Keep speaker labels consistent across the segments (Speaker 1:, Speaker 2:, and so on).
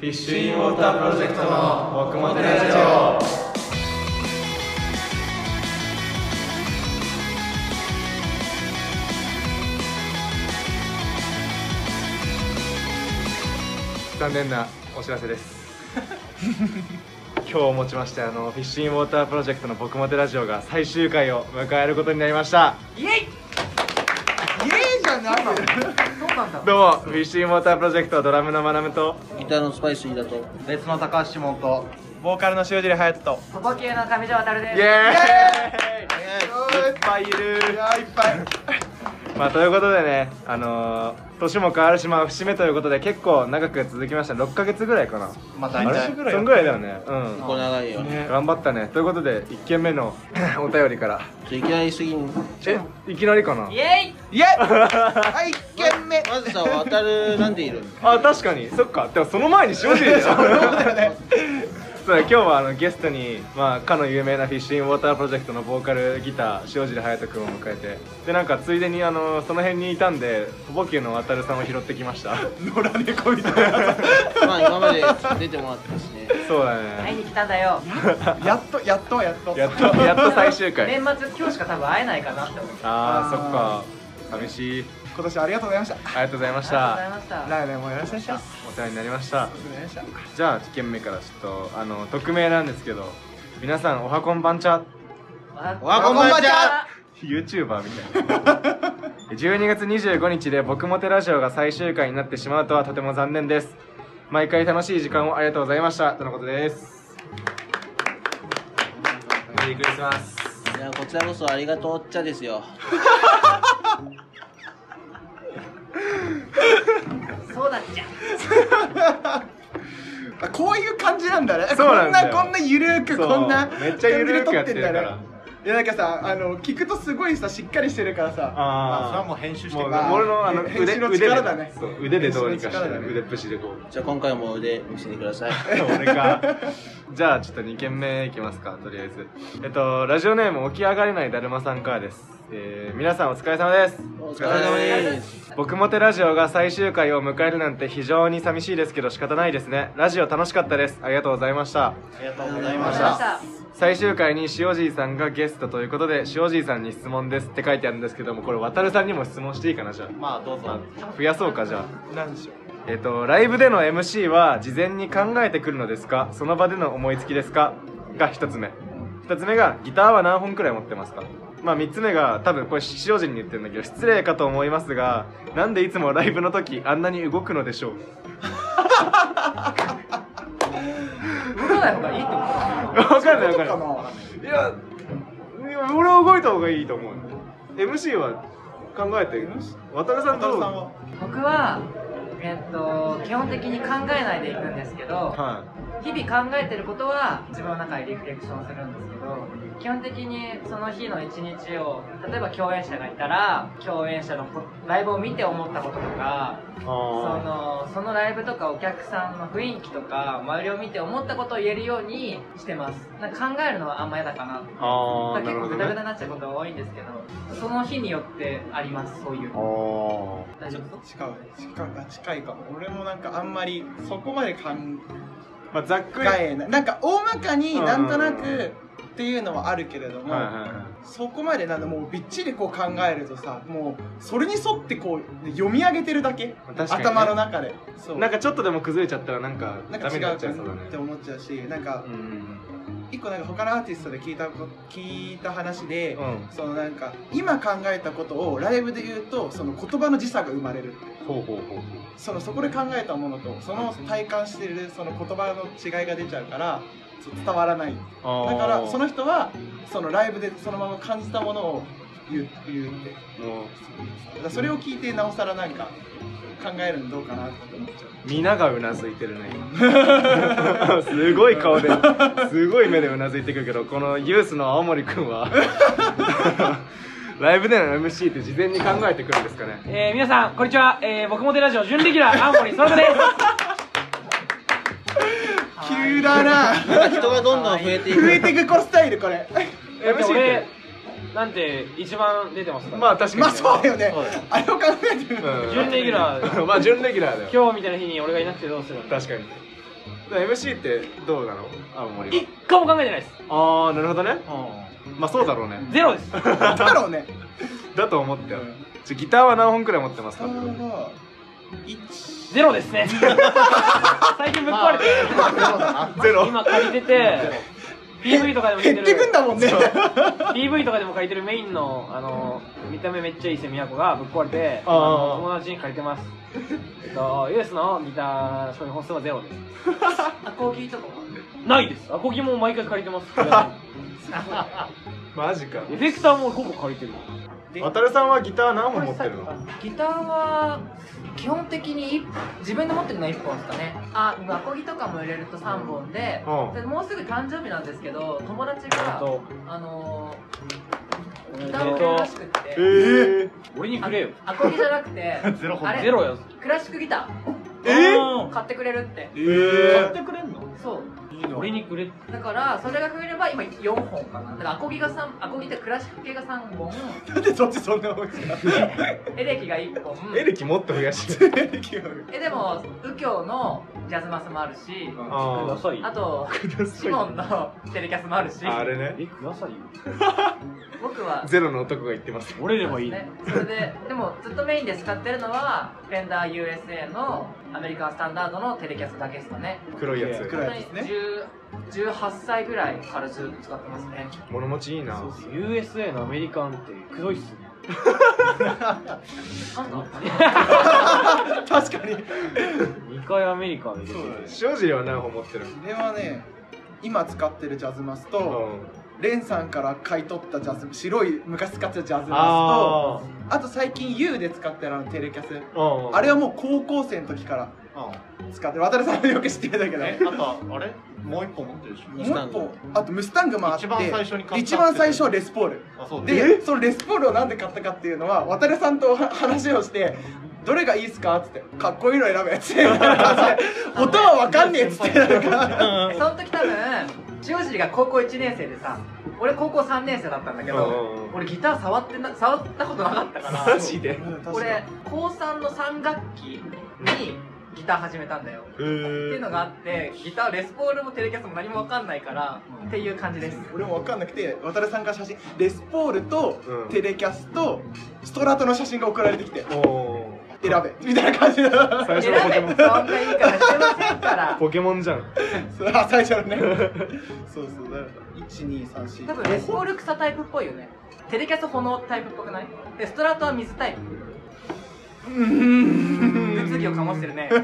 Speaker 1: ッシュインウォータープロジェクトの僕もてラジオ残念なお知らせです今日をもちましてあのフィッシュインウォータープロジェクトの僕もてラジオが最終回を迎えることになりました
Speaker 2: イエイイエイじゃないのそうなんだ
Speaker 1: どうもフィッシュインウォータープロジェクトドラムのまなむと
Speaker 3: ギターのスパイシーだと
Speaker 2: 別の高橋指紋と
Speaker 1: ボーカルの塩尻隼人と
Speaker 4: ポポ級の上条渡るで
Speaker 1: イ
Speaker 4: す
Speaker 1: エーイ
Speaker 2: ーイ
Speaker 1: いっぱいいる
Speaker 2: いやーいっぱい
Speaker 1: まあということでねあのー、年も変わるしまあ節目ということで結構長く続きました6ヶ月ぐらいかな
Speaker 2: まあ
Speaker 1: あ
Speaker 2: 大
Speaker 1: れ
Speaker 2: 体
Speaker 1: そんぐらいだよねうん
Speaker 3: これ長いよね
Speaker 1: 頑張ったねということで1件目の お便りから
Speaker 3: ちょいきなりすぎん
Speaker 1: えいきなりかな
Speaker 4: イエイ
Speaker 2: イエイはい一軒目
Speaker 3: まずさ渡 るなんでいる
Speaker 1: あ確かにそっかでもその前に塩尻 でしょそうだ今日はあのゲストに、まあ、かの有名なフィッシュインウォータープロジェクトのボーカルギター塩尻隼人君を迎えてでなんかついでにあのその辺にいたんでほぼきゅうの渡さんを拾ってきました 野良猫みたいな
Speaker 3: まあ今まで出てもらったしね
Speaker 1: そうだ
Speaker 4: 会い
Speaker 1: ね
Speaker 4: に来たんだよ
Speaker 2: やっとやっとやっと
Speaker 1: やっとやっと最終
Speaker 4: 年
Speaker 1: 回
Speaker 4: 末今日しか多分会えないかなって思って
Speaker 1: あーそっか寂しい
Speaker 2: 今年ありがとうございました
Speaker 1: ありがとうございま
Speaker 4: あ
Speaker 1: し
Speaker 4: りが
Speaker 1: た
Speaker 4: とうございました
Speaker 2: 来年もよろしくお願いします
Speaker 1: お世話になりました
Speaker 2: お願いします
Speaker 1: じゃあ1件目からちょっとあの匿名なんですけど皆さんおはこんばんちゃ
Speaker 3: おはこん
Speaker 2: ばん
Speaker 3: ばんちゃ
Speaker 4: あ
Speaker 1: YouTuber みたいな12月25日で「僕もてラジオ」が最終回になってしまうとはとても残念です毎回楽しい時間をありがとうございましたとのことですメリークリスマス
Speaker 3: いやこちらこそありがとうっちゃですよ
Speaker 4: そうだっちゃ
Speaker 2: あこういう感じなんだね
Speaker 1: そうなんだよ
Speaker 2: こんなこんなゆるーく
Speaker 1: そう
Speaker 2: こんな
Speaker 1: めっちゃゆるーくやってるから
Speaker 2: 感じで撮ってんだねいやなんかさあの聞くとすごいさしっかりしてるからさ
Speaker 1: あ
Speaker 5: それはもう編集して
Speaker 1: もう
Speaker 2: まあ
Speaker 1: 俺のあの
Speaker 2: 編
Speaker 1: 腕
Speaker 2: 集の
Speaker 1: 腕で
Speaker 2: 力だね
Speaker 1: そう腕でどうにかして
Speaker 2: 編集の力だね
Speaker 1: る腕っぷしでこう
Speaker 3: じゃあ今回も腕見せてください
Speaker 1: 俺か じゃあちょっと2件目いきますかとりあえずえっとラジオネーム起き上がれないだるまさんからです、えー皆さんお疲れ様です
Speaker 3: お疲れ様です
Speaker 1: 僕もてラジオが最終回を迎えるなんて非常に寂しいですけど仕方ないですねラジオ楽しかったですありがとうございました
Speaker 3: ありがとうござい
Speaker 4: あ
Speaker 3: ま
Speaker 4: り
Speaker 3: し
Speaker 4: がとうご
Speaker 3: た
Speaker 4: ざいま
Speaker 1: 最終回に塩爺さんがゲストということで塩爺さんに質問ですって書いてあるんですけどもこれ渡るさんにも質問していいかなじゃあ
Speaker 5: まあどうぞ
Speaker 1: 増やそうかじゃあ
Speaker 2: なんでしょう
Speaker 1: えっ、とライブでの MC は事前に考えてくるのですかその場での思いつきですかが一つ目二つ目がギターは何本くらい持ってますかまあ三つ目が多分これ塩尻に言ってるんだけど失礼かと思いますがなんでいつもライブの時あんなに動くのでしょう
Speaker 4: した動かない方がいいってこと
Speaker 1: わかんないわかん
Speaker 2: か
Speaker 1: な
Speaker 2: ない
Speaker 1: いやいや俺は動いた方がいいと思う MC は考えて渡辺さんどう
Speaker 2: さんは
Speaker 4: 僕はえっと基本的に考えないでいくんですけど
Speaker 1: はい
Speaker 4: 日々考えてることは自分の中でリフレクションするんですけど基本的にその日の一日を例えば共演者がいたら共演者のこライブを見て思ったこととかそ
Speaker 1: あ
Speaker 4: のそのライブとかお客さんの雰囲気とか周りを見て思ったことを言えるようにしてますなんか考えるのはあんま嫌だかな
Speaker 1: ーあ
Speaker 4: だから
Speaker 1: ーなる
Speaker 4: 結
Speaker 1: ほ
Speaker 4: 構
Speaker 1: ど
Speaker 4: グダグ
Speaker 1: ね
Speaker 4: ダになっちゃうことが多いんですけどその日によってありますそういう
Speaker 1: あー
Speaker 4: 大丈夫
Speaker 2: 近い近いあ近いかも俺もなんかあんまりそこまで考
Speaker 1: まあざっくり
Speaker 2: えないなんか大まかに
Speaker 1: うん
Speaker 2: なんとなくっていうのはあるけれども、
Speaker 1: はいはいはい
Speaker 2: そこまでなんだもうびっちりこう考えるとさもうそれに沿ってこう読み上げてるだけ、
Speaker 1: 確かにね
Speaker 2: 頭の中でそう
Speaker 1: なんかちょっとでも崩れちゃったらなんか
Speaker 2: なん
Speaker 1: ダ
Speaker 2: か
Speaker 1: メ
Speaker 2: 違
Speaker 1: に
Speaker 2: う
Speaker 1: な
Speaker 2: か
Speaker 1: っちゃいそうだね
Speaker 2: なって思っちゃうしなんか
Speaker 1: うんうん
Speaker 2: 一個なんか他のアーティストで聞いたこ聞いた話で、
Speaker 1: うん
Speaker 2: そのなんか今考えたことをライブで言うとその言葉の時差が生まれる
Speaker 1: ほうほうほうほう
Speaker 2: そのそこで考えたものとその体感してるその言葉の違いが出ちゃうからそう伝わらない
Speaker 1: あ
Speaker 2: だ
Speaker 1: ー
Speaker 2: からその人はそのライブでそのまま感じたものを言う言うって
Speaker 1: もう
Speaker 2: だからそれを聞いてなおさらなんか考えるのどうかなって思っちゃう
Speaker 1: 皆がうなずいてるね今すごい顔ですごい目でうなずいてくるけどこのユースの青森くんはライブでの MC って事前に考えてくるんですかね
Speaker 6: えー、皆さんこんにちは、えー、僕もてラジオ準レギュラー青森そらくです
Speaker 2: 急だな
Speaker 3: なんか人がどんどん増えてい
Speaker 2: 増
Speaker 3: く
Speaker 2: えてく子スタイルこれ
Speaker 1: MC って
Speaker 6: 俺なんて一番出てますから、
Speaker 1: まあ確かに、
Speaker 2: まあ そうだよね
Speaker 3: そうだよ
Speaker 2: あれを考えてる
Speaker 1: うん
Speaker 6: 準レギュラ ー
Speaker 1: まあ準レギュラーだよ
Speaker 6: 今日みたいな日に俺がいなくてどうするの
Speaker 1: 確かに MC ってどうなの青森
Speaker 6: 一回も考えてないです
Speaker 1: はああなるほどね
Speaker 2: あ
Speaker 1: まあそうだろうね
Speaker 6: ゼ ロです
Speaker 2: あだろうね
Speaker 1: だと思ったよ
Speaker 2: うん
Speaker 1: ちょギターは何本くらい持ってます
Speaker 2: そ
Speaker 1: かってこと
Speaker 2: のが
Speaker 6: ゼロで すね最近ぶっ壊れて
Speaker 1: ゼロ
Speaker 6: 今借りてて PV とかでも借
Speaker 2: 減
Speaker 6: り
Speaker 2: ってて
Speaker 6: る
Speaker 2: くんだもんね
Speaker 6: PV とかでも借りてるメインのあの見た目めっちゃいいセミヤコがぶっ壊れて
Speaker 1: ああ
Speaker 6: あの友達に借りてますえっとユースのギターそういう本数はゼロです
Speaker 7: アコギとかは
Speaker 6: ないですアコギも毎回借り てます
Speaker 1: マジか
Speaker 6: エフェクターもほぼ借りてる
Speaker 1: 渡るさんはギター何本持ってるの
Speaker 7: ギターは基本的に一自分で持ってるのは1本ですかねあアコギとかも入れると3本で,
Speaker 1: うん
Speaker 7: で、もうすぐ誕生日なんですけど友達
Speaker 6: えっ
Speaker 7: が
Speaker 6: と
Speaker 7: あの
Speaker 6: え
Speaker 7: ー、
Speaker 6: っ
Speaker 7: ギターをくれるらし
Speaker 6: と
Speaker 7: くっ
Speaker 1: え
Speaker 7: て
Speaker 1: ー、
Speaker 6: 俺に
Speaker 7: あ
Speaker 6: くれよ
Speaker 7: アコギじゃなくて
Speaker 1: ゼロ本
Speaker 7: あれ
Speaker 6: ゼロよ
Speaker 7: クラシックギタ
Speaker 1: え
Speaker 7: ー買ってくれるって
Speaker 1: え ー、
Speaker 2: てくれんの
Speaker 7: そう
Speaker 6: 俺にくれ
Speaker 7: だからそれが増えれば今4本かなだからアコギが3アコギってクラシック系が3本
Speaker 2: なんでそっちそんな多いんですか
Speaker 7: エレキが1本
Speaker 1: エレキもっと増やして
Speaker 7: えでも右京のジャズマスもあるし
Speaker 6: くだ
Speaker 1: あ
Speaker 6: さい
Speaker 7: あとシモンのテレキャスもあるし
Speaker 1: ああれね
Speaker 6: えくださいよ
Speaker 7: 僕は
Speaker 1: ゼロの男が言ってます
Speaker 6: 俺ればいいの
Speaker 7: ねそれででもずっとメインで使ってるのはフェンダー USA のアメリカンスタンダードのテレキャスだけですかね
Speaker 1: 黒いやつ
Speaker 2: 黒いやつですね
Speaker 7: 本当に10 18歳ぐらいからずっと使ってますね
Speaker 1: 物持ちいいな
Speaker 6: そうっす USA のアメリカンってくどい っすね
Speaker 7: なんだ
Speaker 2: 確かに
Speaker 6: 2回アメリカン入れて
Speaker 2: そうだね
Speaker 1: 塩尻は何本持ってる
Speaker 2: これはね今使ってるジャズマス
Speaker 1: う
Speaker 2: と、
Speaker 1: ん
Speaker 2: レンさんから買い取ったジャズ白い昔使ってたジャズマ
Speaker 1: あ
Speaker 2: スとあと最近 U で使ってるあのテレキャス
Speaker 1: あうん
Speaker 2: あれはもう高校生の時から使ってる渡さんはよく知ってるんだけど
Speaker 8: えあとあれもう一本持ってるでしょ
Speaker 2: もう一本あとムスタングもあっ
Speaker 8: 一
Speaker 2: て
Speaker 8: 番最初に買った
Speaker 2: 一番最初レスポール
Speaker 8: あそうです
Speaker 2: でそのレスポールをなんで買ったかっていうのは渡さんと お話をしてどれがいいっすかっつってかっこいいの選べっ つって音はわかんねえっつってなんか
Speaker 7: その時多分塩尻が高校1年生でさ俺高校3年生だったんだけど
Speaker 1: うん
Speaker 7: 俺ギター触ってな触ったことなかったから
Speaker 1: マジで
Speaker 7: 俺高3の3学期にギター始めたんだよ
Speaker 1: え
Speaker 7: っていう
Speaker 1: ー
Speaker 7: のがあってギターレスポールもテレキャスも何も分かんないからっていう感じです
Speaker 2: 俺もわかんなくて渡さんから写真レスポールと
Speaker 1: うん
Speaker 2: テレキャスとストラトの写真が送られてきて
Speaker 1: おー
Speaker 2: 選べみたいな感じの あ
Speaker 1: 最初
Speaker 7: 選
Speaker 1: のポケ
Speaker 7: べ
Speaker 1: モン
Speaker 7: そんないいからしてませんから
Speaker 1: ポケモンじゃん
Speaker 2: 最初のねそうそうだ1234
Speaker 7: 多分レスポール草タイプっぽいよねテレキャス炎タイプっぽくないでストラトは水タイプ物議を醸してるね
Speaker 2: う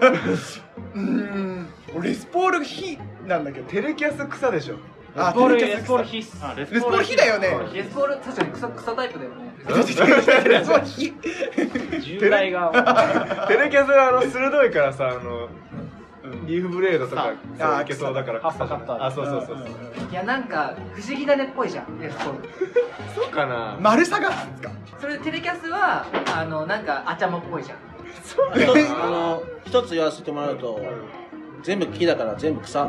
Speaker 2: ーん俺レスポール火なんだけど
Speaker 1: テレキャス草でしょ
Speaker 2: あ
Speaker 6: ボール
Speaker 2: テレキャ
Speaker 6: レ
Speaker 2: ス
Speaker 6: スボール必須
Speaker 8: あレ
Speaker 2: レスポール火だよね
Speaker 7: レスポール確かに草草タイプだよね
Speaker 2: レスポール火
Speaker 6: 10 代が
Speaker 1: テレキャスはあの鋭いからさあの
Speaker 2: うん
Speaker 1: リーフブレードとか
Speaker 2: 草
Speaker 1: そういけそうだから
Speaker 6: あ
Speaker 1: 草じゃない
Speaker 6: 草
Speaker 1: あそうそうそう
Speaker 2: うんうん
Speaker 7: いやなんか不思議だねっぽいじゃんレスポール
Speaker 1: そうかな
Speaker 2: 丸探すんですか
Speaker 7: それでテレキャスはあのなんかあちゃまっぽいじゃん
Speaker 3: あの一つ言わせてもらうと全部木だから全部草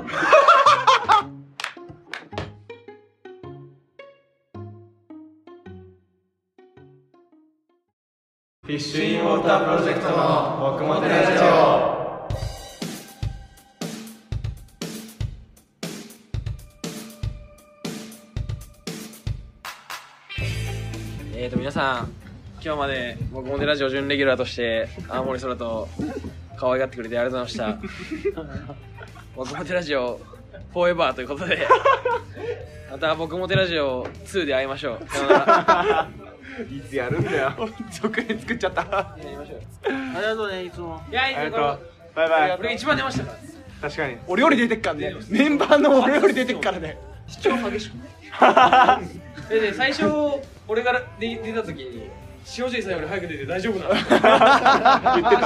Speaker 1: フィッシュインウォータープロジェクトの僕もてラジオ
Speaker 6: えーと皆さん今日まで僕もねラジオ準レギュラーとして青森空と可愛がってくれてありがとうございま した僕もてラジオフォーエバーということ でまた僕もてラジオ2で会いましょうさよなら
Speaker 1: いつやるんだよ
Speaker 2: 特に作っちゃった
Speaker 3: ありがとうねいつも
Speaker 6: いや
Speaker 1: ありが
Speaker 6: い
Speaker 1: とうバイバイ
Speaker 6: これ一番出ましたから
Speaker 1: 確かに
Speaker 2: 俺より出てっからねメンバーの俺より出てっからね
Speaker 6: 主張激しくないで最初俺が出出た時に塩尻さんより早く出て大丈夫なの言ってた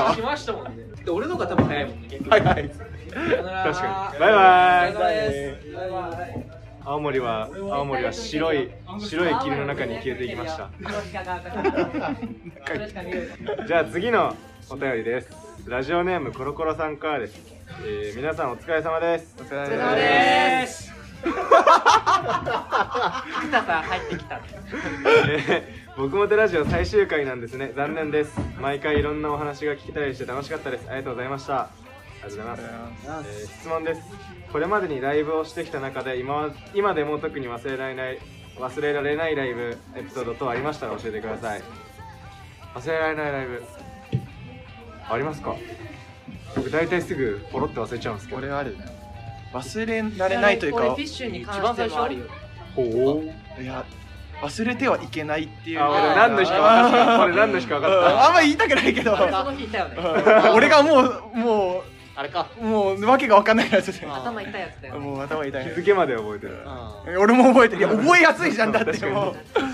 Speaker 6: 話しましたもんねで俺の方が多分早いもんね結局
Speaker 2: はいはい
Speaker 6: 確
Speaker 1: 確かにバイバイ
Speaker 6: お疲れ様ですバイバイ
Speaker 1: 青森は青森は白い白い霧の中に消えていきましたじゃあ次のお便りですラジオネームコロコロさんからです、えー、皆さんお疲れ様ですお疲れ
Speaker 7: 様です福田さん入ってきた
Speaker 1: えー僕もてラジオ最終回なんですね残念です毎回いろんなお話が聞きたりして楽しかったですありがとうございましたありがとうございます、えー質問ですこれまでにライブをしてきた中で今は今でも特に忘れられない忘れられないライブエピソード等ありましたら教えてください忘れられないライブありますか僕大体すぐポロって忘れちゃうんですけど
Speaker 2: 俺ある忘れられないという
Speaker 7: 俺
Speaker 2: か
Speaker 7: フィッシュに関してもあるよ
Speaker 1: ほう
Speaker 2: いや忘れてはいけないっていう
Speaker 1: あ
Speaker 2: のが
Speaker 1: 俺何の日か分かった俺何の日か分
Speaker 2: うん
Speaker 1: かっ
Speaker 2: あんま言いたくないけど
Speaker 7: あれその日いたよね
Speaker 2: 俺がもうも
Speaker 9: あれか
Speaker 2: うもうわけが分かんないやつで
Speaker 7: 頭痛いやつだよね
Speaker 2: もう頭痛
Speaker 1: た
Speaker 2: い
Speaker 1: 日付までは覚えてる
Speaker 2: 俺も覚えてるいや覚えやすいじゃんだっても
Speaker 7: 懐か
Speaker 2: う
Speaker 7: しいな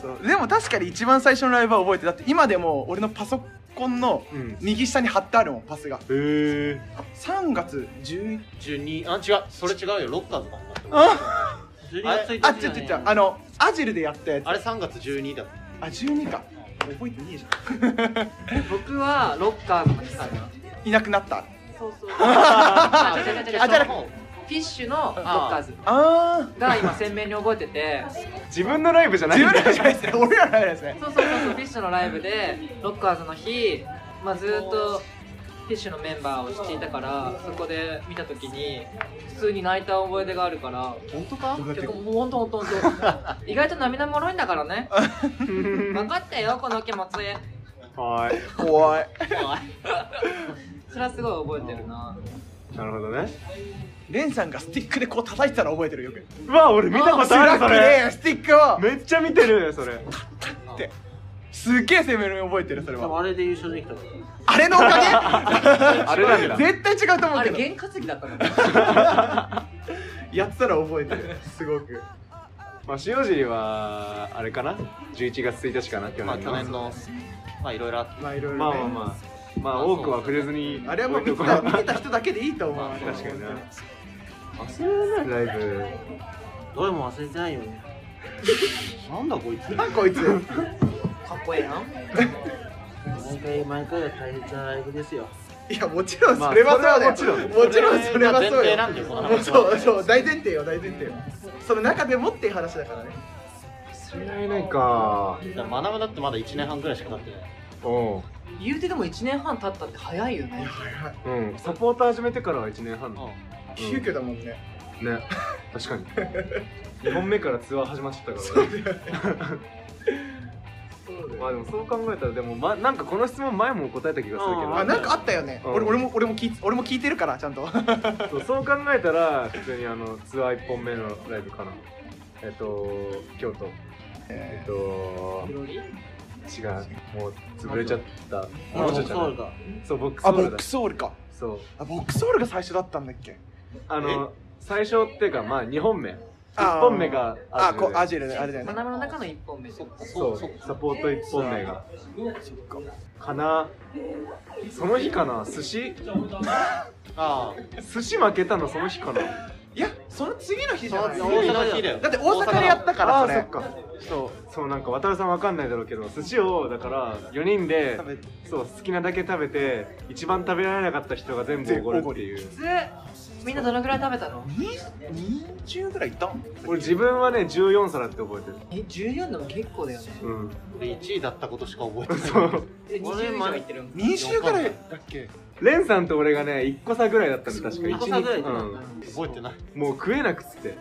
Speaker 2: そうでも確かに一番最初のライブは覚えてだって今でも俺のパソコンの
Speaker 1: うん
Speaker 2: 右下に貼ってあるもんパスが
Speaker 1: へえ
Speaker 2: 3月11
Speaker 9: 12あ違うそれ違うよロッカーズか
Speaker 2: あ
Speaker 9: あれついて
Speaker 2: あちょちょちょあのアジルでやったやつ
Speaker 9: あれ3月12だった
Speaker 2: あ12か覚えてねえじ
Speaker 7: 僕はロッカーの日かな
Speaker 2: ゃ んいなくなった
Speaker 7: そうそうあ違う違う違う違う
Speaker 2: あじゃなく
Speaker 7: フィッシュのロッカーズ
Speaker 2: あ
Speaker 7: が今鮮明に覚えてて
Speaker 1: 自分のライブじゃ
Speaker 2: あ
Speaker 1: ない
Speaker 2: 自
Speaker 1: んだ
Speaker 2: 分らじゃないですね俺らのライブですね
Speaker 7: そうそうそうそう、フィッシュのライブで、ロッカーズの日、まあ、ずーっとフィッシュのメンバーを知っていたから、そこで見たときに、普通に泣いた覚え出があるから、
Speaker 9: 本当か
Speaker 7: 結構、もうほんとほんとほんと、意外と涙もろいんだからね、分かってよ、この気持ち、
Speaker 1: はー
Speaker 2: 怖い
Speaker 7: それはすごい覚えてるな。
Speaker 1: いなるほどね
Speaker 2: レンさんがスティックでこう叩いてたの覚えてるよく
Speaker 1: うわ俺見たことあるそれ
Speaker 2: スティックを
Speaker 1: めっちゃ見てるそれ
Speaker 2: ってすっげえ鮮明に覚えてるそれ
Speaker 3: でも
Speaker 2: は
Speaker 3: あれで優勝できたから
Speaker 2: あれの おかげあ
Speaker 1: れなんだ
Speaker 2: 絶対違うと思
Speaker 7: あ
Speaker 2: う
Speaker 7: れ、
Speaker 2: けど
Speaker 7: 験担ぎだったの
Speaker 2: やってたら覚えてるすごく
Speaker 1: まあ塩尻はあれかな11月1日かな去年の
Speaker 9: まあ去年のまあいろいろあって
Speaker 2: まあいろいろね
Speaker 1: まあまあまあまあ多くは触れずに
Speaker 2: あれはもう
Speaker 1: 置い
Speaker 2: 見
Speaker 1: と
Speaker 2: て
Speaker 1: こう
Speaker 2: た見てた人だけでいいと思う
Speaker 9: まあ
Speaker 1: 確かにな忘れられないライブ
Speaker 3: どれも忘れてないよね
Speaker 9: なんだこいつ
Speaker 2: なんこいつ
Speaker 7: かっこええやん。
Speaker 3: 毎回毎回が大切なライブですよ
Speaker 2: いやもちろんそれはそうだよ、
Speaker 1: まあそれはもち
Speaker 2: もちろんそれはそうよ
Speaker 9: 前提なんだよこの話は
Speaker 2: そうそう大前提よ大前提よその中でもっていう話だからね
Speaker 1: 忘れられないか
Speaker 9: だから学ぶだってまだ1年半ぐらいしか経ってない
Speaker 1: おう
Speaker 7: 言うてでも1年半経ったって早いよね。
Speaker 1: うんサポーター始めてからは1年半ね
Speaker 2: 急遽だもんね
Speaker 1: 確かに2本目からツアー始まっちゃった からねまあでもそう考えたらでもまなんかこの質問前も答えた気がするけど
Speaker 2: あなんかあったよね、
Speaker 1: うん
Speaker 2: 俺俺も俺も聞い俺も聞いてるからちゃんと
Speaker 1: そうそう考えたら普通にあのツアー1本目のライブかなえっと京都 えっと
Speaker 7: フロリ
Speaker 1: 違うもう潰れちゃった
Speaker 3: あ
Speaker 1: もうちょっと
Speaker 3: そ
Speaker 1: な
Speaker 3: うか
Speaker 1: そうボックス
Speaker 2: あ
Speaker 1: ホー
Speaker 2: ボ
Speaker 1: ル
Speaker 2: ッ
Speaker 1: だ
Speaker 2: クスオールか
Speaker 1: そう
Speaker 2: あボックスオールが最初だったんだっけ
Speaker 1: あの最初っていうかまあ2本目
Speaker 2: あー
Speaker 1: 1本目が
Speaker 2: あ
Speaker 1: ジ
Speaker 2: こ
Speaker 1: ルで
Speaker 2: アジルであれだよね
Speaker 7: 学ぶの中の1本目。
Speaker 1: そうサポート1本目がかなその日かな寿司
Speaker 9: ああ
Speaker 1: 寿司負けたのその日かない
Speaker 2: やその次の日じゃない
Speaker 9: 大阪の日だよ
Speaker 2: だって大阪でやったから
Speaker 1: あ
Speaker 2: そ
Speaker 1: ーそ
Speaker 2: れ
Speaker 1: っかそうそうなんか渡るさんわかんないだろうけど寿司をだから4人で
Speaker 2: 食べて
Speaker 1: そう好きなだけ食べて一番食べられなかった人が全部おごるっていう
Speaker 7: 普通、みんなどのぐらい食べたの
Speaker 2: 20ぐらいいた
Speaker 1: 俺自分はね14皿って覚えてる
Speaker 7: え、14でも結構だよね。
Speaker 1: うん
Speaker 9: 俺1位だったことしか覚えてない
Speaker 1: そう
Speaker 7: え、20以上いってるん
Speaker 2: 20ぐらいだっけ
Speaker 1: レンさんと俺がね1個差ぐらいだったんで確か
Speaker 3: 1個差ぐらいだった
Speaker 1: うん
Speaker 9: 覚えてない
Speaker 1: もう食えなくっつってで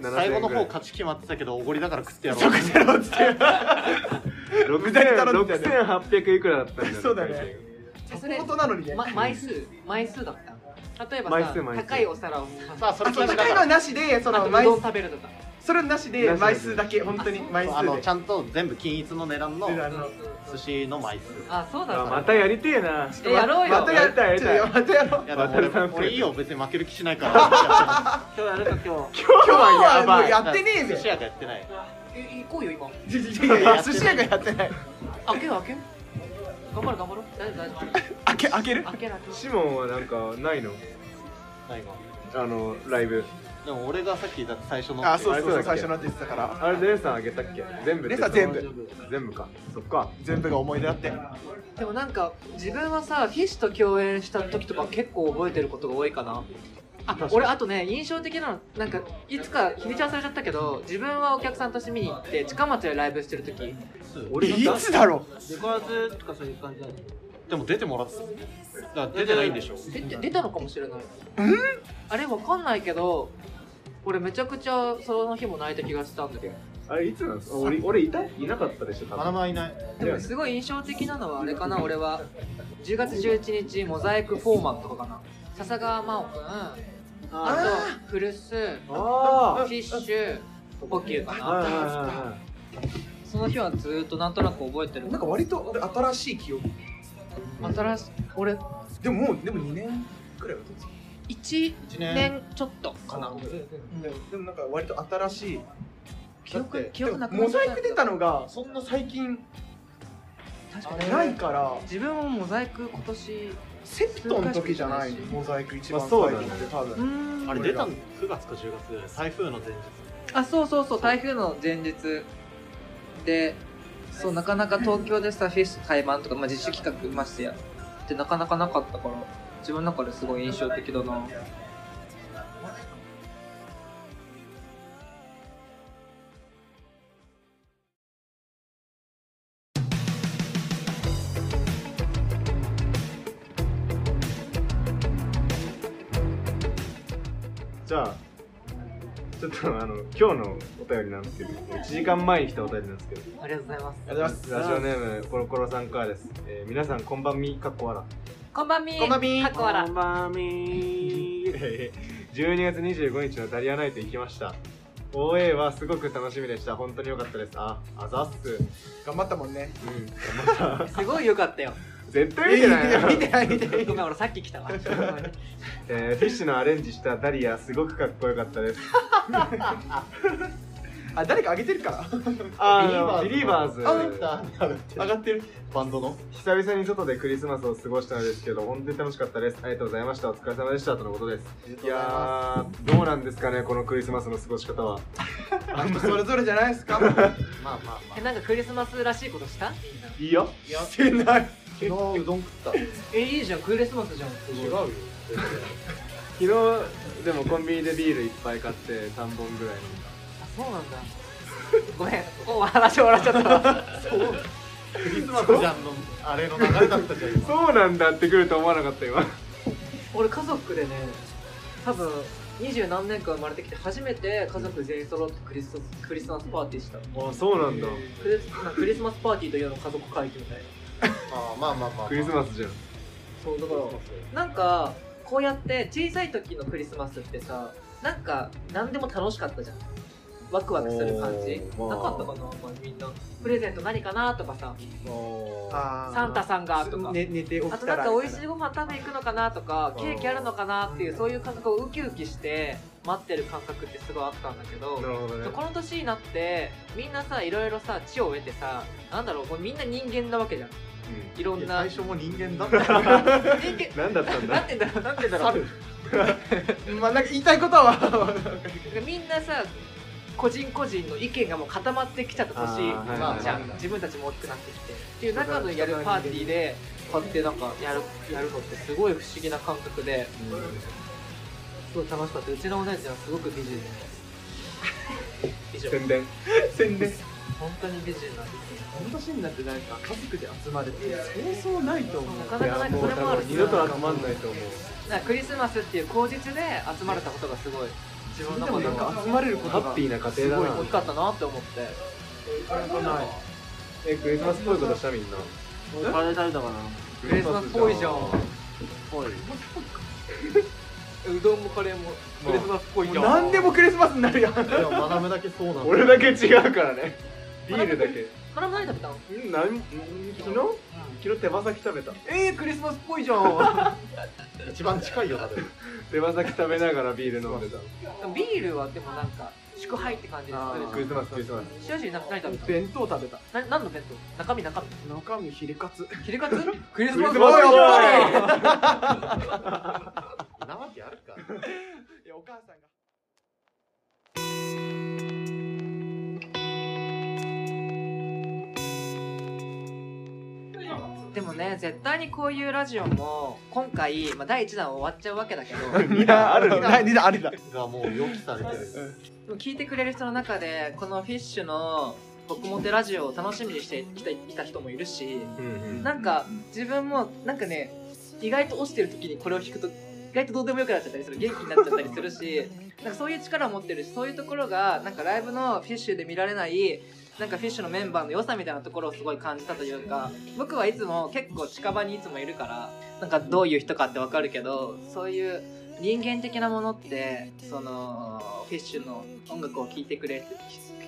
Speaker 9: なんか最後の方勝ち決まってたけどおごりだから食ってやろう
Speaker 1: 6800いくらだったんだよ
Speaker 2: そうだね
Speaker 7: それ
Speaker 2: 本当なのにね
Speaker 7: ま、枚数枚数だった例えばさ
Speaker 1: 枚数枚数
Speaker 7: 高いお皿を
Speaker 9: さあそれ
Speaker 2: あ
Speaker 9: 決め
Speaker 2: そう
Speaker 9: た
Speaker 2: 高いのはなしでそ
Speaker 7: あ
Speaker 2: の
Speaker 7: とう
Speaker 2: 枚
Speaker 7: どん
Speaker 2: 数
Speaker 7: 食べるとか
Speaker 2: それなしで
Speaker 1: なし
Speaker 2: 枚数だけ本当に枚数
Speaker 9: あのち
Speaker 2: で
Speaker 9: ゃんと全部均一の値段の
Speaker 2: であの
Speaker 9: 寿司の枚数
Speaker 7: あそうだ
Speaker 1: あ
Speaker 7: った
Speaker 1: またやりてえな
Speaker 7: えやろうよ
Speaker 2: またやりたい
Speaker 1: やり
Speaker 2: ち
Speaker 1: たい
Speaker 2: ょっとまたやろう
Speaker 9: いやでも
Speaker 1: 渡
Speaker 9: 俺
Speaker 1: るさん
Speaker 9: 俺いいよ別に負ける気しないから
Speaker 3: 今日やるか今日
Speaker 2: 今日は
Speaker 1: やばい
Speaker 2: もうやってねえ
Speaker 9: 寿司
Speaker 2: ぜ
Speaker 9: 屋がやってない
Speaker 7: え行こうよ今
Speaker 2: いやいや寿司屋がやってない
Speaker 7: 開けよう開けよう頑張ろう頑張ろう大丈夫大丈
Speaker 2: 開け開ける
Speaker 7: 夫開けなく
Speaker 1: シモンはなんかないの
Speaker 9: ないわ
Speaker 1: あのライブ
Speaker 9: でも俺がさっきだって最初の
Speaker 2: あそうそう
Speaker 1: あ
Speaker 2: そ
Speaker 1: れそ
Speaker 2: う
Speaker 1: うだっ
Speaker 2: 最
Speaker 1: け
Speaker 2: 初のって言ってたから
Speaker 1: あれレンさんあげたっけ全部って
Speaker 2: レンさん全部
Speaker 1: 全部かそっか
Speaker 2: 全部が思い出だって
Speaker 7: でもなんか自分はさフィッシュと共演した時とか結構覚えてることが多いかなあ俺あとね印象的なのなんかいつか日にち忘れちゃったけど自分はお客さんとして見に行って近松でライブしてる時
Speaker 2: いつだろ
Speaker 3: デコラズとかそういう感じだね
Speaker 9: でも出てもらった出てないんでしょ
Speaker 7: 出て出たのかもしれない。あれわかんないけど、俺めちゃくちゃその日も泣いた気がしたんだけど。
Speaker 1: あれいつなんですか俺俺いたいなかったでしょ多
Speaker 9: 花
Speaker 1: 分
Speaker 9: 間いない
Speaker 7: でもすごい印象的なのはあれかな、俺は。10月11日、モザイクフォーマットかな。笹川真央くん、あと、古巣、テ
Speaker 1: あ
Speaker 7: ィッシュ、ポキューか
Speaker 1: あはい
Speaker 7: な。
Speaker 1: はいはいはい
Speaker 7: その日はずーっとなんとなく覚えてる
Speaker 2: なん。か割と俺新しい記憶
Speaker 7: 新しい、俺、
Speaker 2: でももうでも2年くらいは経つ
Speaker 7: 1
Speaker 9: 1年
Speaker 7: 年ちょっとかな。
Speaker 2: でもでもなんか割と新しい
Speaker 7: 記憶
Speaker 2: だって
Speaker 7: 記憶なくなっちゃ
Speaker 2: モ
Speaker 7: った
Speaker 2: ザイク出たのがそんな最近
Speaker 7: 確かに。
Speaker 2: ないから
Speaker 7: 自分もモザイク今年、
Speaker 2: セプトの時じゃないモザイク一番
Speaker 1: まあ
Speaker 2: 最
Speaker 1: そうだ
Speaker 2: 後
Speaker 1: ね
Speaker 2: って多分
Speaker 7: ん
Speaker 9: あれ出たの9月 か10月台風の前日
Speaker 7: あそうそうそう台風の前日でそうなかなか東京でさフィッシュ対バンとか、まあ、自主企画ましてやってなかなかなかったから自分の中ですごい印象的だな
Speaker 1: じゃあちょっとあの今日のお便りなんですけど1時間前に来たお便りなんですけど
Speaker 7: ありがとうございます
Speaker 1: ラジオネームコロコロさんからです、えー皆さんこんばんみかっこわら
Speaker 7: こんばんみ
Speaker 2: こんばんみ
Speaker 7: かっこわら
Speaker 9: んばんみ
Speaker 1: え ー12月25日のダリアナイト行きました OA はすごく楽しみでした本当に良かったですああざっす
Speaker 2: 頑張ったもんね
Speaker 1: うん
Speaker 7: すごいよかったよ
Speaker 1: 絶対見てない な
Speaker 2: ない見てない
Speaker 7: ごめん俺さっき来たわ
Speaker 1: えーフィッシュのアレンジしたダリアすごくかっこよかったです
Speaker 2: あ誰か上げてるから
Speaker 1: あービリーバーズ
Speaker 9: 上がってるバンドの
Speaker 1: 久々に外でクリスマスを過ごしたのですけど本当に楽しかったですありがとうございましたお疲れ様でしたとのことですいやーどうなんですかねこのクリスマスの過ごし方は
Speaker 2: あ人それぞれじゃないですか昨
Speaker 9: まあまあまあ
Speaker 7: えなんかクリスマスらしいことした
Speaker 1: いいよ
Speaker 9: 昨日うどん食った
Speaker 7: えいいじゃんクリスマスじゃんす
Speaker 9: 違う
Speaker 7: ごい
Speaker 9: よ
Speaker 1: 昨日でもコンビニでビールいっぱい買って3本ぐらい飲んだ
Speaker 7: あそうなんだごめんここ話終わらっちゃったわ
Speaker 9: クリスマスじゃんのあれの流れだったじゃん今
Speaker 1: そうなんだってくると思わなかった今
Speaker 7: 俺家族でね多分二十何年間生まれてきて初めて家族全員揃ってクリスクリスマスパーティーした
Speaker 1: あそうなんだ
Speaker 7: クリスなんかクリスマスパーティーというの家族会議みたいな
Speaker 9: あーまあまあまあまあ
Speaker 1: クリスマスじゃん
Speaker 7: そうだからなんかこうやって小さい時のクリスマスってさなんか何でも楽しかったじゃんワクワクする感じ
Speaker 1: おーま
Speaker 7: な
Speaker 1: あ
Speaker 7: かったかな、まあ、みんなプレゼント何かなとかさ
Speaker 2: あ
Speaker 7: サンタさんがとか、
Speaker 2: 寝寝て起き
Speaker 7: あと
Speaker 2: たら
Speaker 7: なんか美味しい
Speaker 2: い
Speaker 7: ご飯食べ行くのかなとかケーキあるのかなっていうそういう感覚をウキウキして待ってる感覚ってすごいあったんだけど
Speaker 1: なるほどね
Speaker 7: この年になってみんなさいろいろさ知を得てさなんだろうこうみんな人間なわけじゃんいろんな
Speaker 9: 最
Speaker 7: 人
Speaker 9: 初も人間だったから
Speaker 7: 間
Speaker 1: 何だったん
Speaker 7: な
Speaker 1: だ
Speaker 7: んて言うんだろうなんて言うんだろう
Speaker 2: まあなんか言いたいことは
Speaker 7: みんなさ個人個人の意見がもう固まってきちゃった年じ
Speaker 1: あーはい
Speaker 9: はいはい
Speaker 7: ゃん自分たちも大きくなってきてっていう中のやるパーティーでこうやってなんかやるやるのってすごい不思議な感覚ですごい楽しかったうちのお姉ちゃんはすごく美人で以上
Speaker 1: 宣伝
Speaker 2: 宣伝
Speaker 7: 本当に美人なんですよ
Speaker 2: この年になってなんか家族で集まるってそうそうないと思う
Speaker 7: なかなかなんかそれもあるし
Speaker 1: 二度と集まんないと思う
Speaker 7: なんかクリスマスっていう口実で集まれたことがすごい自分の
Speaker 2: でも
Speaker 7: 中で
Speaker 2: なん
Speaker 7: は
Speaker 2: か集まれること
Speaker 1: ハ
Speaker 2: が
Speaker 1: ッピーな家
Speaker 7: す
Speaker 1: 庭
Speaker 7: ごい
Speaker 1: だな
Speaker 7: 大きかったなって思って
Speaker 2: ない
Speaker 1: えクリスマスっぽいことしたみんな
Speaker 9: カレー食べたかな
Speaker 7: クリスマスっぽいじゃんうどんもカレーもクリスマスっぽいじゃん
Speaker 2: 何でもクリスマスになるやん
Speaker 9: でもマダムだけそうなんだ
Speaker 1: 俺だけ違うからねビールだけ
Speaker 7: これも何食べたの
Speaker 1: ん何ん昨日昨日手羽先食べた
Speaker 2: えー、クリスマスっぽいじゃん
Speaker 9: 一番近いよだって
Speaker 1: 手羽先食べながらビール飲んでた
Speaker 7: ビールはでもなんか祝杯って感じでする
Speaker 1: クリスマスクリスマス
Speaker 7: し。塩尻なんか何食べた
Speaker 2: 弁当食べた
Speaker 7: のな何の弁当中身中
Speaker 2: 中身ヒレカツ
Speaker 7: 身ヒレカツクリス
Speaker 1: マ
Speaker 7: マ
Speaker 1: ス
Speaker 7: ス
Speaker 1: っぽいじゃ
Speaker 7: ん
Speaker 9: なわけあるか
Speaker 2: いやお母さんが
Speaker 7: でもね絶対にこういうラジオも今回、まあ、第1弾終わっちゃうわけだけど
Speaker 2: 2段ある
Speaker 9: ない
Speaker 2: 2段あるだ
Speaker 9: がもう予期されてる
Speaker 7: でも聞いてくれる人の中でこのフィッシュの僕もてラジオを楽しみにしてきたいた人もいるし、
Speaker 1: うん
Speaker 7: なんか自分もなんかね意外と落ちてる時にこれを聞くと意外とどうでもよくなっちゃったりする元気になっちゃったりするしなんかそういう力を持ってるしそういうところがなんかライブのフィッシュで見られないなんかフィッシュのメンバーの良さみたいなところをすごい感じたというか僕はいつも結構近場にいつもいるからなんかどういう人かってわかるけどそういう人間的なものってそのフィッシュの音楽を聴いてくれ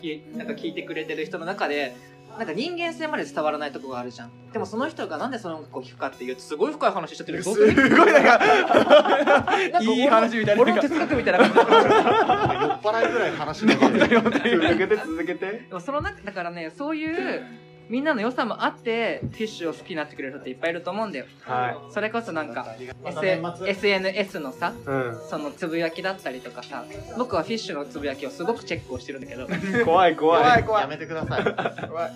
Speaker 7: きなんか聴いてくれてる人の中でなんか人間性まで伝わらないとこがあるじゃんでもその人がなんでその音楽を聴くかっていうすごい深い話しちゃってるけどどうする
Speaker 2: ごいなんか
Speaker 7: なんか俺の
Speaker 2: いい話みたいな
Speaker 7: 俺の哲学みたいな感じになっちゃう
Speaker 9: 酔っ払いぐらい話してる
Speaker 1: 続けて続けて
Speaker 7: でもその中だからねそういうみんなの良さもあってフィッシュを好きになってくれる人っていっぱいいると思うんだよ
Speaker 1: は
Speaker 7: それこそなんか、
Speaker 9: また
Speaker 7: S
Speaker 9: 年末
Speaker 7: SNS のさ
Speaker 1: い、う
Speaker 7: そのつぶやきだったりとかさ僕はフィッシュのつぶやきをすごくチェックをしてるんだけどだ
Speaker 1: ん、怖い怖い
Speaker 10: 怖い怖い
Speaker 9: やめてください
Speaker 10: 怖い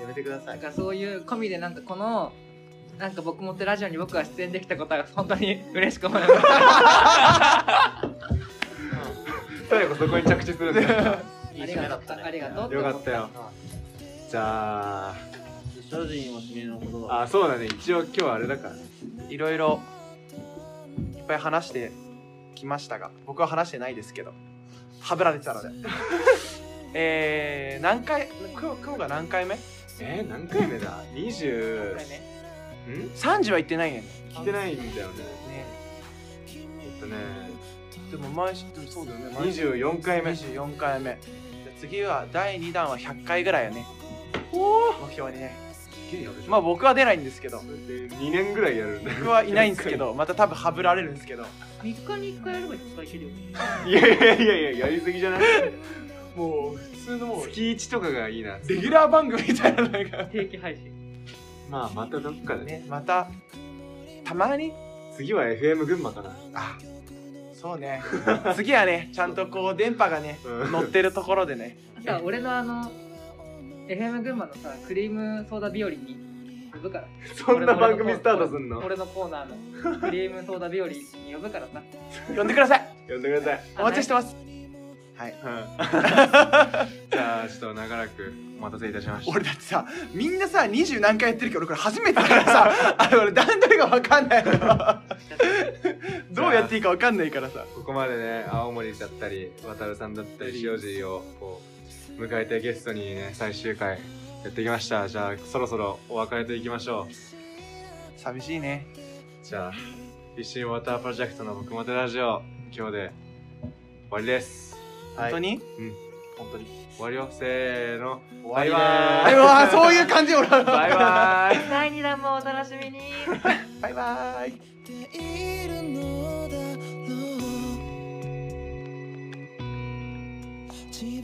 Speaker 9: やめてください
Speaker 7: からそういう込みでなんかこのなんか僕もってラジオに僕は出演できたことは本当に嬉しく思います
Speaker 1: 最後そこに着地するんだ よ
Speaker 9: いい
Speaker 7: あり
Speaker 9: 締めだ
Speaker 7: が
Speaker 9: った
Speaker 7: とう
Speaker 9: ね
Speaker 7: ありがとうって
Speaker 1: よ
Speaker 7: 思
Speaker 1: かったよじゃあ
Speaker 3: 正直も君のこと
Speaker 1: あそうだね一応今日はあれだからね
Speaker 2: いろいろいっぱい話してきましたが僕は話してないですけどはぶられてたのでえー、何回今日今日が何回目
Speaker 1: えー、何回目だ ?20
Speaker 7: これね
Speaker 1: ん
Speaker 2: ?30 は行ってないね
Speaker 1: 来てないんだよね
Speaker 2: ね
Speaker 1: えっとね
Speaker 2: でも毎週でもそうだよね毎週
Speaker 1: 24回目
Speaker 2: 24回目じゃあ次は第2弾は100回ぐらいよね目標にねまあ僕は出ないんですけど
Speaker 1: 2年ぐらいやるんだよ
Speaker 2: 僕はいないんですけどまた多分はぶられるんですけど
Speaker 7: 3日に1回やればいっぱいいけるよ
Speaker 1: いやいやいやいややりすぎじゃない
Speaker 2: もう普通のもう
Speaker 1: 月1とかがいいな
Speaker 2: レギュラー番組みたいななんか
Speaker 7: 定期配信
Speaker 1: まあまたどっかでね
Speaker 2: ねまたたまに
Speaker 1: 次は FM 群馬かな
Speaker 2: そうね次はねちゃんとこう電波がね
Speaker 1: うん
Speaker 2: 乗ってるところでね
Speaker 7: さ俺のあの FM 群馬のさクリームソーダ日和に呼ぶから
Speaker 1: そんな番組スタートすんの
Speaker 7: 俺のコーナーのクリームソーダ日和に呼ぶからさ
Speaker 2: 呼んでください
Speaker 1: 呼んでください
Speaker 2: お待ちしてます
Speaker 1: じゃあちょっと長らくお待たせいたしました
Speaker 2: 俺だってさみんなさ二十何回やってるけど俺これ初めてだから さあの俺段取りが分かんないの どうやっていいか分かんないからさ
Speaker 1: ここまでね青森だったり渡るさんだったり塩尻をこう迎えてゲストにね最終回やってきましたじゃあそろそろお別れといきましょう
Speaker 2: 寂しいね
Speaker 1: じゃあフィッシングウォータープロジェクトの僕もてラジオ今日で終わりです
Speaker 2: 本当に、
Speaker 9: 本当に
Speaker 1: 終わりよせーの
Speaker 9: 終わ
Speaker 1: バイ
Speaker 9: りです
Speaker 1: バ
Speaker 2: あ
Speaker 1: ー
Speaker 2: で
Speaker 1: イ
Speaker 2: もあそういう感じ俺は
Speaker 1: バイバーイ
Speaker 11: 第2弾もお楽しみに
Speaker 2: バイバイ
Speaker 12: 「小